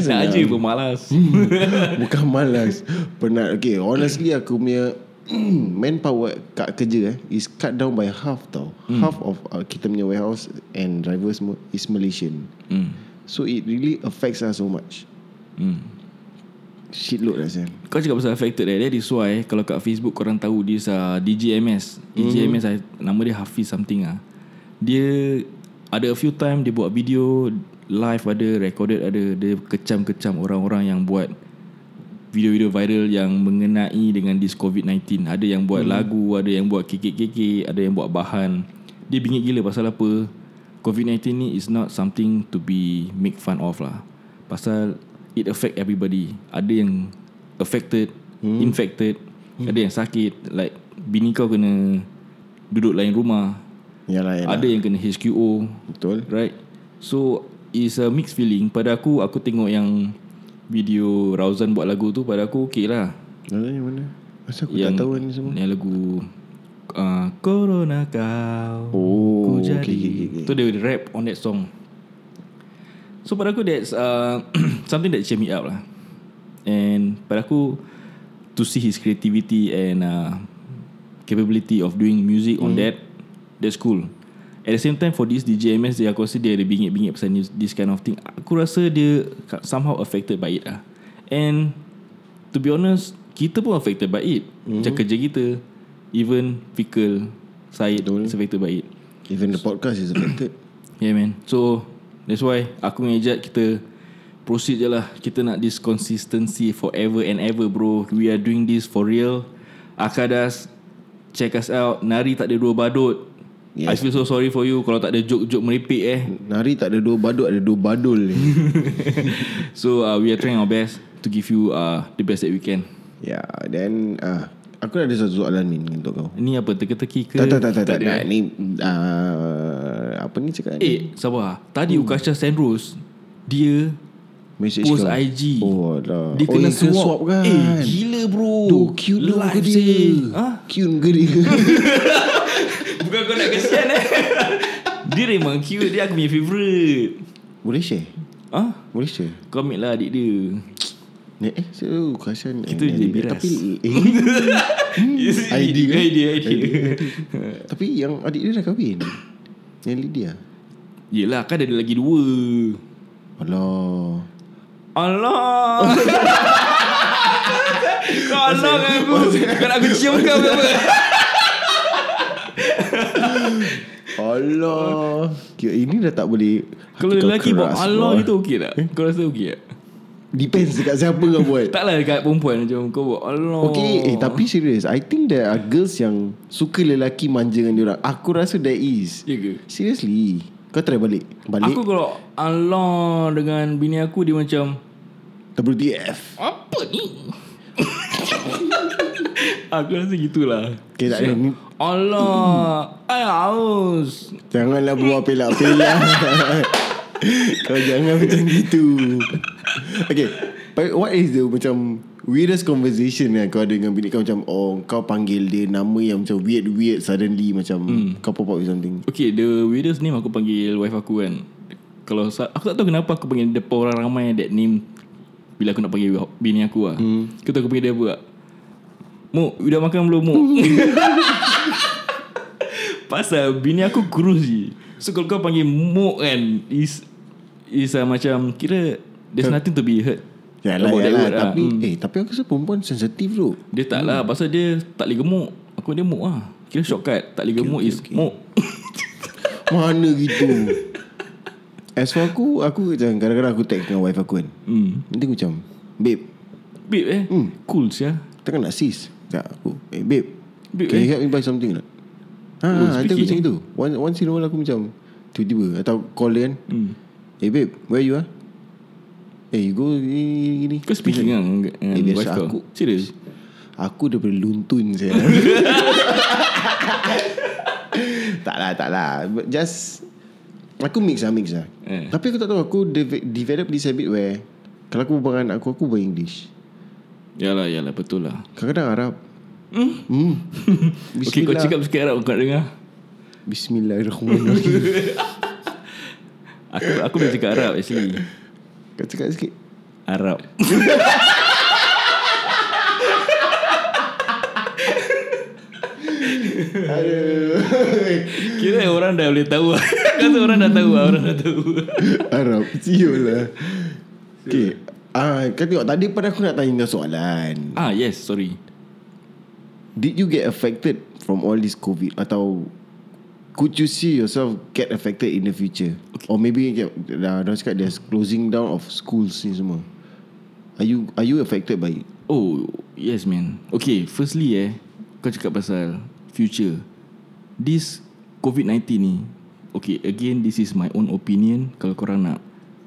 Nak
senang
aja pun malas
Hmm. Bukan malas Penat Okay honestly aku punya Manpower kat kerja eh, Is cut down by half tau
Hmm.
Half of uh, kita punya warehouse And driver semua Is Malaysian
Hmm
So it really affects us so much
Hmm
Shitload lah Sam
Kau cakap pasal affected eh. That is why Kalau kat Facebook korang tahu This uh, DJMS DJMS mm. Nama dia Hafiz something ah. Dia Ada a few time Dia buat video Live ada Recorded ada Dia kecam-kecam Orang-orang yang buat Video-video viral Yang mengenai Dengan this COVID-19 Ada yang buat mm. lagu Ada yang buat kekek-kekek Ada yang buat bahan Dia bingit gila pasal apa COVID-19 ni Is not something To be Make fun of lah Pasal It affect everybody Ada yang affected, hmm. infected, hmm. ada yang sakit like bini kau kena duduk lain rumah,
Yalah yalah
ada yang kena HQO,
Betul
right? So it's a mixed feeling. Pada aku aku tengok yang video Rauzan buat lagu tu pada aku okey lah.
Ada yang mana? Masa aku
yang
tak tahu ni semua.
Yang lagu uh, Corona kau.
Oh,
Ku jadi
okay, okay, okay.
Tu dia rap on that song So pada aku that's uh, Something that cheer me up lah And pada aku To see his creativity and uh, Capability of doing music on that That's cool At the same time for this DJMS dia, Aku rasa dia ada bingit-bingit pasal ni- this kind of thing Aku rasa dia ka- somehow affected by it lah And To be honest Kita pun affected by it Macam kerja kita Even Fikal Syed Betul. affected by it
Even the podcast is affected.
Yeah man So That's why Aku dengan Ijat kita Proceed je lah Kita nak this consistency Forever and ever bro We are doing this for real Akadas Check us out Nari tak ada dua badut
Yes.
I feel so sorry for you Kalau tak ada joke-joke meripik eh
Nari tak ada dua badut, ada dua badul ni.
So uh, we are trying our best To give you uh, The best that we can
ya, yeah, then ah, aku ada satu soalan ni untuk kau.
Ini apa teka-teki ke
Tak tak tak tak, tak,
ada?
Nah, ni ah, apa ni cakap ni?
Eh sabar Tadi
Hmm.
Ukasha Sandros Dia
Message
Post
kau.
IG
Oh, dah.
Dia
Oh,
kena
dia kena
swap.
swap kan?
Eh gila bro
Tu cute lu ke
Live
dia?
seh. Ha?
Cute ke dia?
Bukan kau nak kesian eh Dia memang cute Dia aku punya favourite
Boleh share?
Ha?
Boleh share?
Kau ambil lah adik dia
Ni, Eh, so kasihan
Kita
eh,
je
ni,
biras.
Tapi eh, idea kan?
Idea Idea
Tapi yang adik dia dah kahwin Yang Lydia
Yelah kan ada lagi dua
Alah
Allah Kau Allah kan aku Kau nak aku cium kau ke apa
Allah Kira ini dah tak boleh hati
Kalau
kau
lelaki buat
keras,
Allah
bro.
gitu okey tak Kau rasa okey tak
Depends dekat siapa kau buat
Taklah dekat perempuan macam kau buat Allah
Okay
Oh.
eh, Tapi serious I think there are girls yang Suka lelaki manja dengan diorang Aku rasa there is
Ya ke
Seriously Kau try balik Balik
Aku kalau Allah dengan bini aku dia macam
WTF
apa ni? "Ah, aku rasa gitulah.
Okay tak ada Ni-
Allah, I haus.
Janganlah buat pelak-pelak Kau jangan macam gitu Okay But what is the macam Weirdest conversation yang kau ada dengan bini kau Macam oh kau panggil dia nama yang macam weird-weird Suddenly macam Kau pop up with something
Okay, the weirdest name aku panggil wife aku kan. Kalau sa- aku tak tahu kenapa aku panggil depan orang ramai that name bila aku nak panggil bini aku lah. Hmm. Kau tahu aku panggil dia apa tak? Muk, udah makan belum Muk? Pasal bini aku kurus je. So kalau kau panggil Muk kan, is is uh, macam kira there's nothing to be heard.
Yalah,
about that
yalah.
word lah.
ya Tapi eh tapi aku rasa perempuan sensitif bro
Dia tak lah Pasal dia tak boleh gemuk Aku dia muk lah Kira shortcut Tak boleh gemuk okay, is okay. muk
Mana gitu As for aku Aku macam kadang-kadang aku text dengan wife aku kan hmm. Nanti aku macam Babe
Bib eh mm. Cool sia
Takkan nak sis Tak aku Eh babe,
Babe,
Can
eh?
you help me buy something or not Ha,
Oh,
oh, nanti aku
speaking,
macam itu once, once in a while lah aku macam Tiba-tiba Atau call dia kan hmm. Eh babe Where you are Eh you go eh, gini
Kau speaking kan Dengan
Eh, biasa
wife kau
aku.
Serius
Aku daripada luntun saya Tak lah tak lah But Just Aku mix lah mix lah
Eh.
Tapi aku tak tahu Aku de- develop this habit where Kalau aku berbual dengan aku Aku berbual English
Yalah yalah betul lah
Kadang-kadang Arab Hmm, hmm.
Okay kau cakap sikit Arab Kau nak dengar
Bismillahirrahmanirrahim
Aku aku boleh cakap Arab actually
Kau cakap sikit
Arab Kira orang dah boleh tahu Kata orang dah tahu Orang dah tahu
Arab Siul lah Okay Ah, kau tengok tadi pada aku nak tanya kau soalan.
Ah yes sorry
Did you get affected from all this COVID atau could you see yourself get affected in the future? Or maybe get, dah dah cakap there's closing down of schools ni semua. Are you are you affected by it?
Oh yes man Okay firstly eh Kau cakap pasal Future This COVID-19 ni Okay again This is my own opinion Kalau korang nak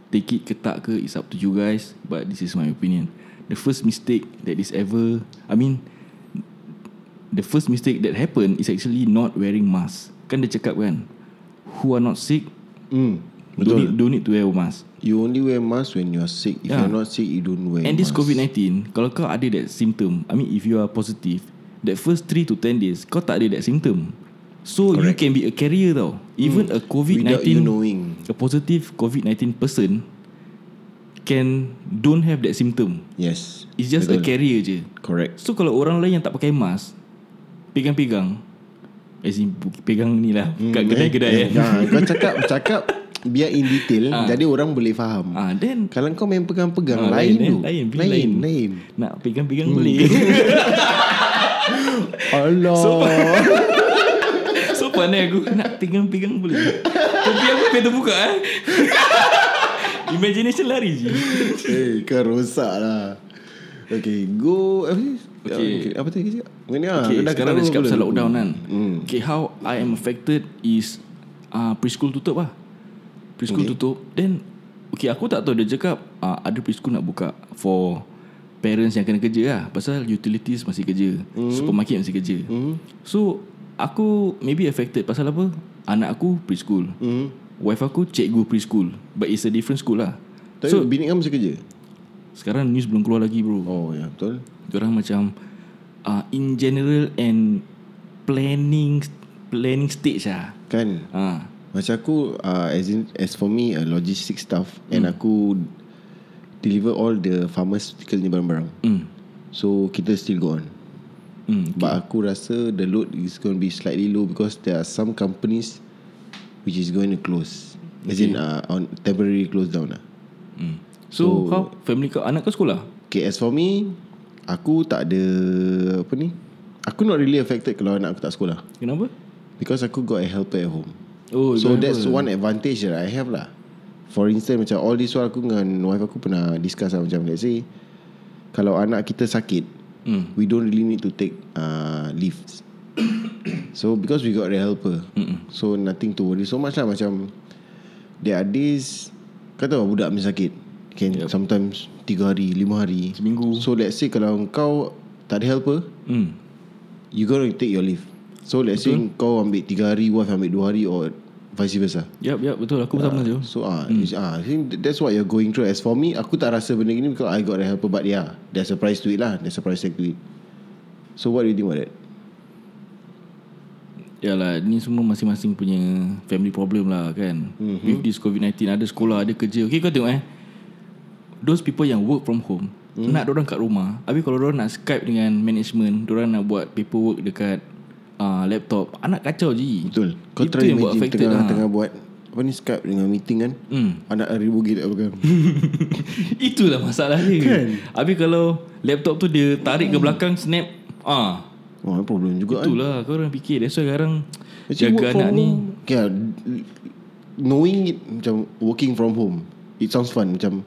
Take it ke tak ke It's up to you guys But this is my opinion The first mistake That is ever I mean The first mistake that happened Is actually not wearing mask Kan dia cakap kan Who are not sick
Hmm.
Don't need, don't need to wear mask
You only wear mask when you're sick. If
Yeah.
you're not sick, you don't wear.
And this
mask.
COVID-19 Kalau kau ada that symptom I mean if you are positive That first 3 to 10 days Kau tak ada that symptom So Correct. you can be a carrier tau Even a
Hmm. Without you
COVID-19
knowing.
A positive COVID-19 person Can Don't have that symptom
Yes.
It's just Betul. a carrier je
Correct.
So kalau orang lain yang tak pakai mask Pegang-pegang As in pegang ni lah
Hmm,
Kat kedai-kedai eh, eh.
Nah, ya, kau cakap cakap biar in detail jadi orang boleh faham.
Ah, then
Kalau kau main pegang-pegang
Ah,
lain,
lain, eh.
tu.
Lain, bila
lain, lain. Hmm.
lain. Nak pegang-pegang boleh
Allah.
So, So pandai aku Nak pegang-pegang boleh Tapi aku pengen terbuka eh Imagination lari je
Eh, kau rosak lah. Okay, go. Apa ni? Ya,
Okay.
Apa tadi kau cakap? Ini lah.
Okay
dah
sekarang
ketawa
dia cakap
pula.
pasal lockdown kan
Hmm.
Okay how I am affected is uh, Preschool tutup lah Preschool okay. tutup Then Okay aku tak tahu dia cakap uh, Ada preschool nak buka For Parents yang kena kerja lah Pasal utilities masih kerja
Hmm.
mm. Supermarket masih kerja mm. So Aku maybe affected Pasal apa Anak aku preschool
Hmm.
Wife aku cikgu preschool But it's a different school lah
Tapi
So
bini kamu masih kerja?
sekarang news belum keluar lagi bro
Oh, ya betul.
Diorang macam uh, In general and Planning Planning stage lah
Kan?
uh,
Macam aku, uh, as, in, as for me, uh, logistic stuff. And
Hmm.
aku deliver all the pharmaceutical ni barang-barang.
mm,
So, kita still go on.
mm.
But aku rasa the load is going to be slightly low because there are some companies which is going to close. As in uh, on temporary close down lah.
So, so kau Family kau Anak kau sekolah
Okay, as for me, aku tak ada apa ni? Aku not really affected kalau anak aku tak sekolah
Kenapa
because aku got a helper at home.
Oh
so
kenapa?
that's one advantage that I have lah. For instance macam all this while aku dengan wife aku pernah discuss lah macam let's say kalau anak kita sakit,
mm.
we don't really need to take uh, leaves. so because we got the helper, Mm-mm. so nothing to worry so much lah macam There are days Kau tahu budak mesti sakit Can yep. sometimes Tiga hari Lima hari
Seminggu.
So let's say Kalau kau Tak ada helper
Hmm.
You gonna take your leave So let's Betul. say Kau ambil tiga hari Wife ambil dua hari Or vice versa
Yap, yap, betul. Aku pun sama tu.
So ah,
Hmm.
mm. ah, I think that's what you're going through. As for me, aku tak rasa benda ni because I got a helper, but yeah, there's a price to it lah. There's a price tag to it. So what do you think about that?
Yalah, ni semua masing-masing punya family problem lah kan. Mm-hmm. With this COVID-19, ada sekolah, ada kerja. Okay, kau tengok eh. Those people yang work from home, mm. nak dorang kat rumah. Habis kalau dorang nak Skype dengan management, dorang nak buat paperwork dekat uh, laptop. Anak kacau je.
Betul. Kau
Itu
try
yang buat
imagine
affected
tengah,
lah.
tengah buat apa ni Skype dengan meeting kan.
Hmm.
Anak ribu gila kan? tak pegang.
Itulah masalah dia. Kan? Habis kalau laptop tu dia tarik ke belakang, snap. Ah,
Wah, problem juga kan.
Itulah kau orang fikir That's why sekarang
Actually,
Jaga
work from
anak ni
home, Okay, lah, knowing it macam working from home, it sounds fun macam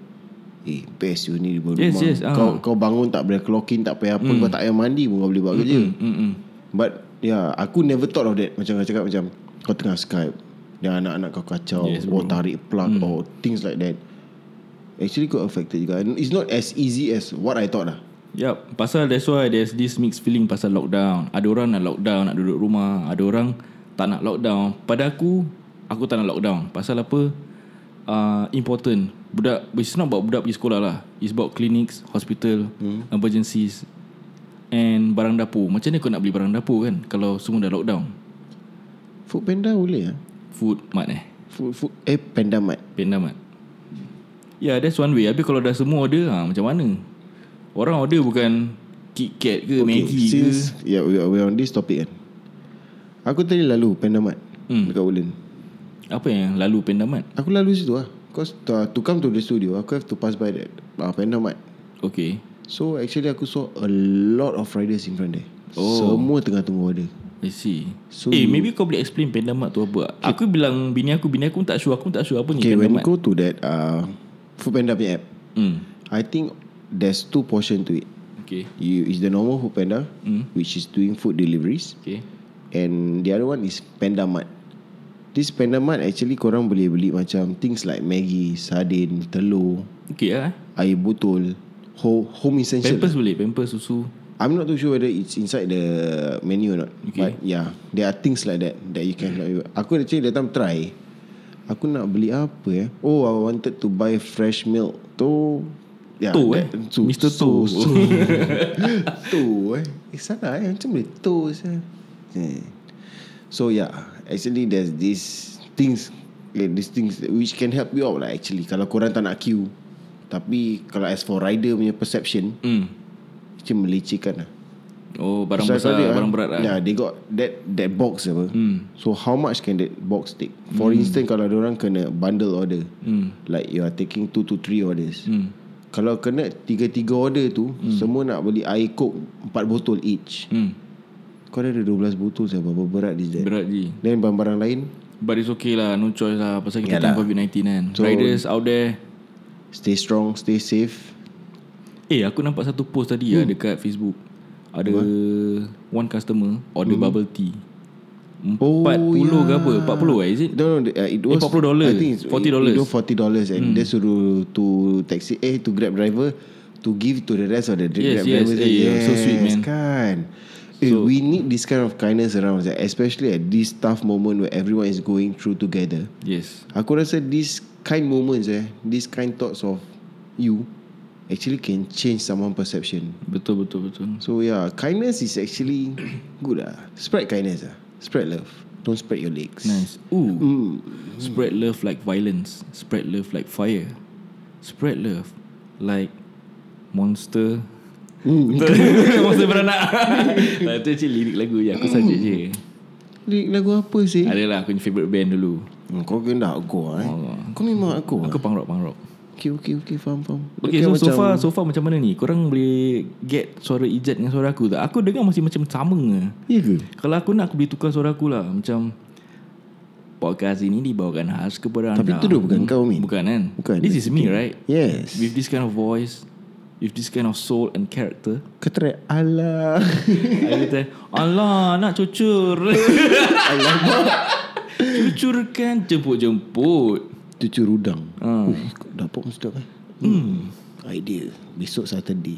Eh best you ni di rumah
Yes, yes, ah. Hmm.
kau, kau bangun tak payah clock in Tak payah apa Kau tak payah mandi pun Kau boleh buat kerja
Mm-mm.
But yeah, aku never thought of that. Macam kau cakap macam kau tengah Skype dan anak-anak kau kacau yes, or tarik plug
Hmm.
mm. or things like that. Actually got affected juga. And it's not as easy as what I thought lah.
Yup Pasal that's why There's this mixed feeling Pasal lockdown Ada orang nak lockdown Nak duduk rumah Ada orang Tak nak lockdown Pada aku Aku tak nak lockdown Pasal apa uh, Important Budak It's not about budak pergi sekolah lah It's about clinics Hospital hmm. Emergencies And barang dapur Macam mana kau nak beli barang dapur kan Kalau semua dah lockdown
Food Panda boleh lah.
Food Mat eh
Food, food, eh Panda Mart.
Panda Mart Ya yeah, that's one way Habis kalau dah semua order ha, Macam mana Orang order bukan Kit Kat ke okay, Maggi
since
ke
yeah, we are, we are on this topic kan. Aku tadi lalu Panda Mart
Hmm.
dekat Woodland.
Apa yang lalu Panda Mart
Aku lalu situ lah. Cause to, to come to the studio, aku have to pass by that uh, Panda Mart.
Okay
So actually aku saw a lot of riders in front there. Oh. Semua tengah tunggu order.
I see so,
So
Eh
you-
maybe kau boleh explain Panda Mart tu apa okay. Aku bilang bini aku Bini aku pun tak sure Aku pun tak sure apa ni
Okay,
Panda
when you
Mart
go to that uh, Foodpanda punya app,
hmm.
I think there's two portion to it.
Okay
You is the normal Foodpanda, mm. which is doing food deliveries,
Okay
and the other one is Panda Mart. This Panda Mart actually korang boleh beli macam things like Maggi, sardin, telur,
Okay lah eh.
air botol, home, home essential.
Pampers boleh Pampers susu
I'm not too sure whether it's inside the menu or not.
Okay. Mm.
But yeah, there are things like that that you can. Aku actually that time try. Aku nak beli apa ya? Oh, I wanted to buy fresh milk. Tu Yeah,
Tu, eh?
tu,
Mr.
Tu
Tu.
Tu, tu eh Eh salah eh Macam boleh tu saya. Hmm. So yeah Actually there's this Things like, These things Which can help you out lah actually Kalau korang tak nak queue Tapi Kalau as for rider punya perception
hmm.
Actually melecehkan lah
Oh barang
Pasal
besar
kau dia,
Barang berat Hmm. lah
eh? Yeah, they got that that box apa. Mm. So how much can that box take?
Hmm.
For mm. instance kalau orang kena bundle order. Mm. Like you are taking two to three orders.
Hmm.
Mm. Kalau kena tiga-tiga order tu mm. semua nak beli air coke empat botol each.
hmm.
Kau dah ada 12 botol siapa berapa berat is that?
Berat je
Then barang-barang lain
But it's okay lah No choice lah Pasal kita tengah
Yalah.
COVID-19 kan
So-
Riders out there
stay strong, stay safe.
Eh aku nampak satu post tadi hmm. ya dekat Facebook. Ada one customer order hmm. bubble tea. 40
Oh,
yeah. ke apa? 40 eh is it?
No, no, the- uh, it was
$40.
I think it's
$40.
It, it was forty dollars,
Hmm.
and dia suruh to taxi, eh, to grab driver to give to the rest of the dri-
Yes,
grab
yes,
drivers.
eh, so sweet,
Yes,
man.
Kan. Eh, we need this kind of kindness around, us, especially at this tough moment where everyone is going through together.
Yes.
Aku rasa this kind moments, eh, this kind thoughts of you, actually can change someone perception.
Betul betul betul.
So yeah, kindness is actually good lah. Spread kindness lah. Spread love. Don't spread your legs.
Nice. Ooh. Mm. Spread love like violence. Spread love like fire. Spread love like monster. Hmm. monster beranak. Nah, itu actually lirik lagu yang aku saja je.
Lirik lagu apa sih?
Adalah aku punya favourite band dulu.
Hmm, kau kena aku eh.
Oh.
Kau memang aku.
Aku punk rock, punk rock.
Okay, okay, okay, faham, faham.
Okay, so, so far so far macam mana ni? Korang boleh get suara Ijat dengan suara aku tak? Aku dengar masih macam sama ke?
Ya ke?
Kalau aku nak aku boleh tukar suara aku lah Macam Podcast ini dibawakan khas kepada
Tapi
anda
tu dah bukan kau, Min.
Bukan kan?
Bukan.
This is me right?
Yes.
With this kind of voice With this kind of soul and character
Kau try ala.
I kata Allah nak cucur Alamak Cucurkan jemput-jemput
Cucu rudang
Ah.
uh. Dapat pun sedap eh hmm. Idea Besok Saturday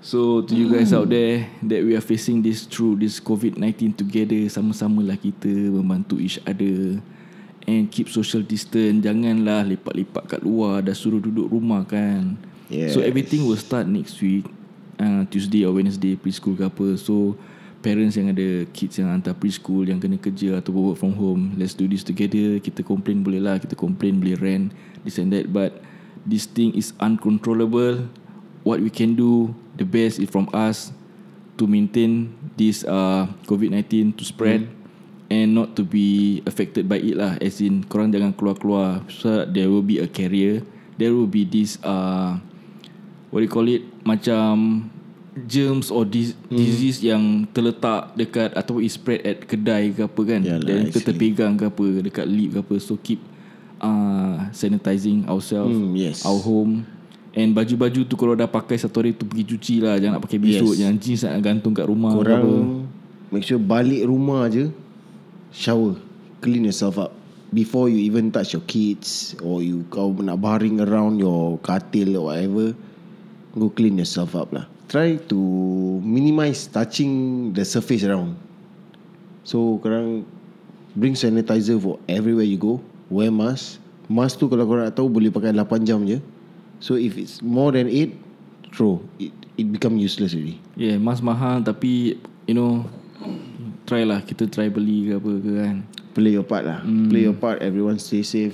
So to you guys out there that we are facing this through this COVID-19 together sama-samalah kita membantu each other and keep social distance janganlah lepak-lepak kat luar dah suruh duduk rumah kan. So
Yes.
everything will start next week uh, Tuesday or Wednesday preschool ke apa. So parents yang ada kids yang hantar preschool yang kena kerja atau work from home let's do this together kita complain boleh lah kita complain boleh rant this and that but this thing is uncontrollable what we can do the best is from us to maintain this uh, COVID-19 to spread and not to be affected by it lah as in korang jangan keluar-keluar so there will be a carrier there will be this uh, what do you call it macam germs or dis- hmm. disease yang terletak dekat atau is spread at kedai ke apa kan
Yalah,
dan
I see.
kita terpegang ke apa dekat lip ke apa so keep uh, sanitizing ourselves
Hmm, yes.
our home and baju-baju tu kalau dah pakai satu hari tu pergi cuci lah jangan nak pakai besok yes.
Yes.
jangan jeans nak gantung kat rumah ke
Korang
apa.
Make sure balik rumah je Shower Clean yourself up Before you even touch your kids Or you kau nak baring around your katil or whatever Go clean yourself up lah Try to minimize touching the surface around So korang Bring sanitizer for everywhere you go Wear mask Mask tu kalau korang nak tahu Boleh pakai 8 jam je So if it's more than 8 Throw It, it become useless already
yeah mas mahal tapi you know try lah kita try beli ke apa ke kan
play your part lah. Mm. Play your part. Everyone stay safe.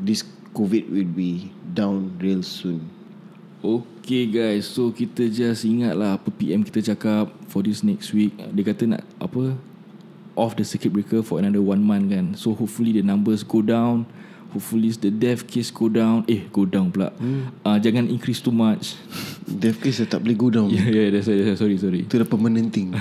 This COVID will be down real soon.
Okay guys So kita just ingat lah Apa PM kita cakap For this next week Dia kata nak Apa Off the circuit breaker For another one month kan So hopefully the numbers go down Hopefully the death case go down Eh go down pula hmm. uh, Jangan increase too much
Death case dah tak boleh go down.
Yeah yeah that's, that's, Sorry sorry
Itu dah permanent thing.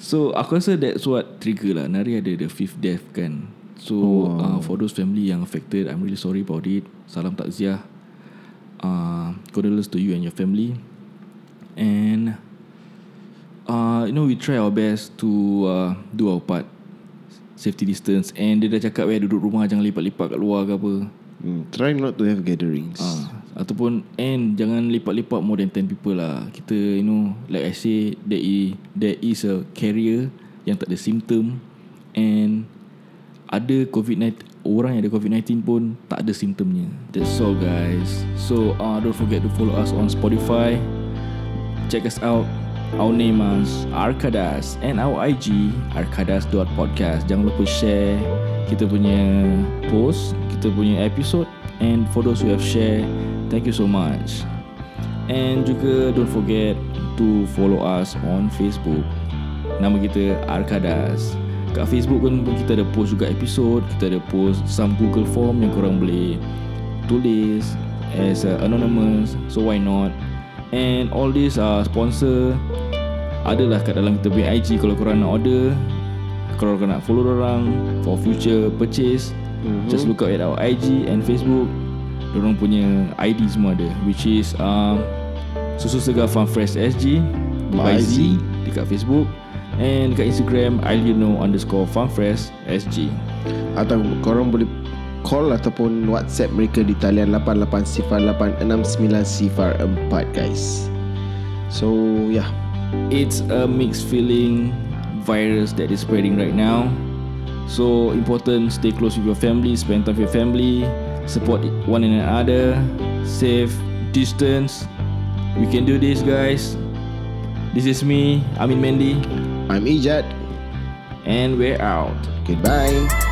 So aku rasa that's what trigger lah Nari ada the fifth death kan So oh. uh, for those family yang affected I'm really sorry about it Salam takziah uh, Condolences to you and your family And uh, You know we try our best to uh, Do our part Safety distance And dia dah cakap Weh duduk rumah Jangan lipat-lipat kat luar ke apa
mm. Try not to have gatherings.
uh, Ataupun And jangan lipat-lipat More than 10 people lah Kita you know Like I say There is, there is a carrier Yang tak ada symptom And Ada COVID-19 Orang yang ada COVID-19 pun Tak ada symptomnya That's all guys So uh, don't forget to follow us on Spotify Check us out Our name is Arkadas And our IG Arkadas.podcast Jangan lupa share Kita punya post Kita punya episode And for those who have share Thank you so much And juga don't forget To follow us on Facebook Nama kita Arkadas Kat Facebook pun kita ada post juga episode Kita ada post some Google form Yang korang boleh tulis as uh, anonymous so why not and all these uh, sponsor adalah kat dalam kita punya IG kalau korang nak order kalau korang nak follow orang for future purchase mm-hmm. just look out at our IG and Facebook Diorang punya ID semua ada which is um, Susu Segar Farm Fresh SG by
By
Z
Z.
dekat Facebook and dekat Instagram Iliono underscore Farm Fresh SG
Atau korang boleh call ataupun WhatsApp mereka di talian 88086904 guys. So yeah.
it's a mixed feeling virus that is spreading right now. So important, stay close with your family, spend time with your family, support one another, safe distance. We can do this, guys. This is me, Amin Mendy,
I'm Ijat.
and we're out.
Goodbye.